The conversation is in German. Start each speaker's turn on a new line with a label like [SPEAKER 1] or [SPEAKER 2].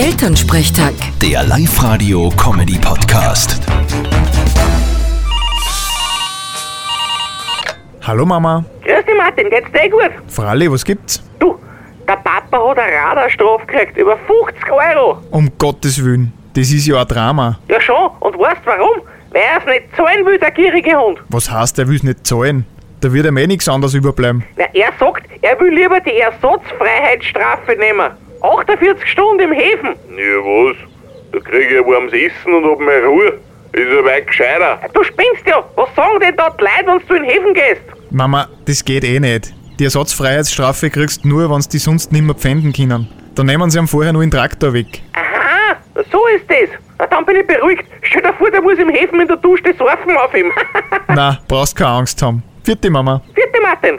[SPEAKER 1] Elternsprechtag.
[SPEAKER 2] Der Live-Radio-Comedy-Podcast.
[SPEAKER 3] Hallo Mama.
[SPEAKER 4] Grüß dich, Martin, geht's dir eh gut?
[SPEAKER 3] Fralli, was gibt's?
[SPEAKER 4] Du, der Papa hat eine Radarstrafe gekriegt, über 50 Euro.
[SPEAKER 3] Um Gottes Willen, das ist ja ein Drama.
[SPEAKER 4] Ja schon, und weißt warum? Weil er es nicht zahlen will, der gierige Hund.
[SPEAKER 3] Was heißt, er will's nicht zahlen? Da wird ihm eh nichts anderes überbleiben.
[SPEAKER 4] Na, er sagt, er will lieber die Ersatzfreiheitsstrafe nehmen. 48 Stunden im Häfen.
[SPEAKER 5] Ja, was? Da krieg ich ein warmes Essen und hab meine Ruhe. Ist ja weit gescheiter.
[SPEAKER 4] Du spinnst ja, was sagen denn dort Leute, wenn du in den Häfen gehst?
[SPEAKER 3] Mama, das geht eh nicht. Die Ersatzfreiheitsstrafe kriegst du nur, wenn's die sonst nimmer pfänden können. Dann nehmen sie ihm vorher nur den Traktor weg.
[SPEAKER 4] Aha, so ist das. Na, dann bin ich beruhigt. Stell dir vor, der muss im Häfen in der Dusche das Surfen auf ihm.
[SPEAKER 3] Na, brauchst keine Angst haben. Vierte Mama.
[SPEAKER 4] Vierte Martin.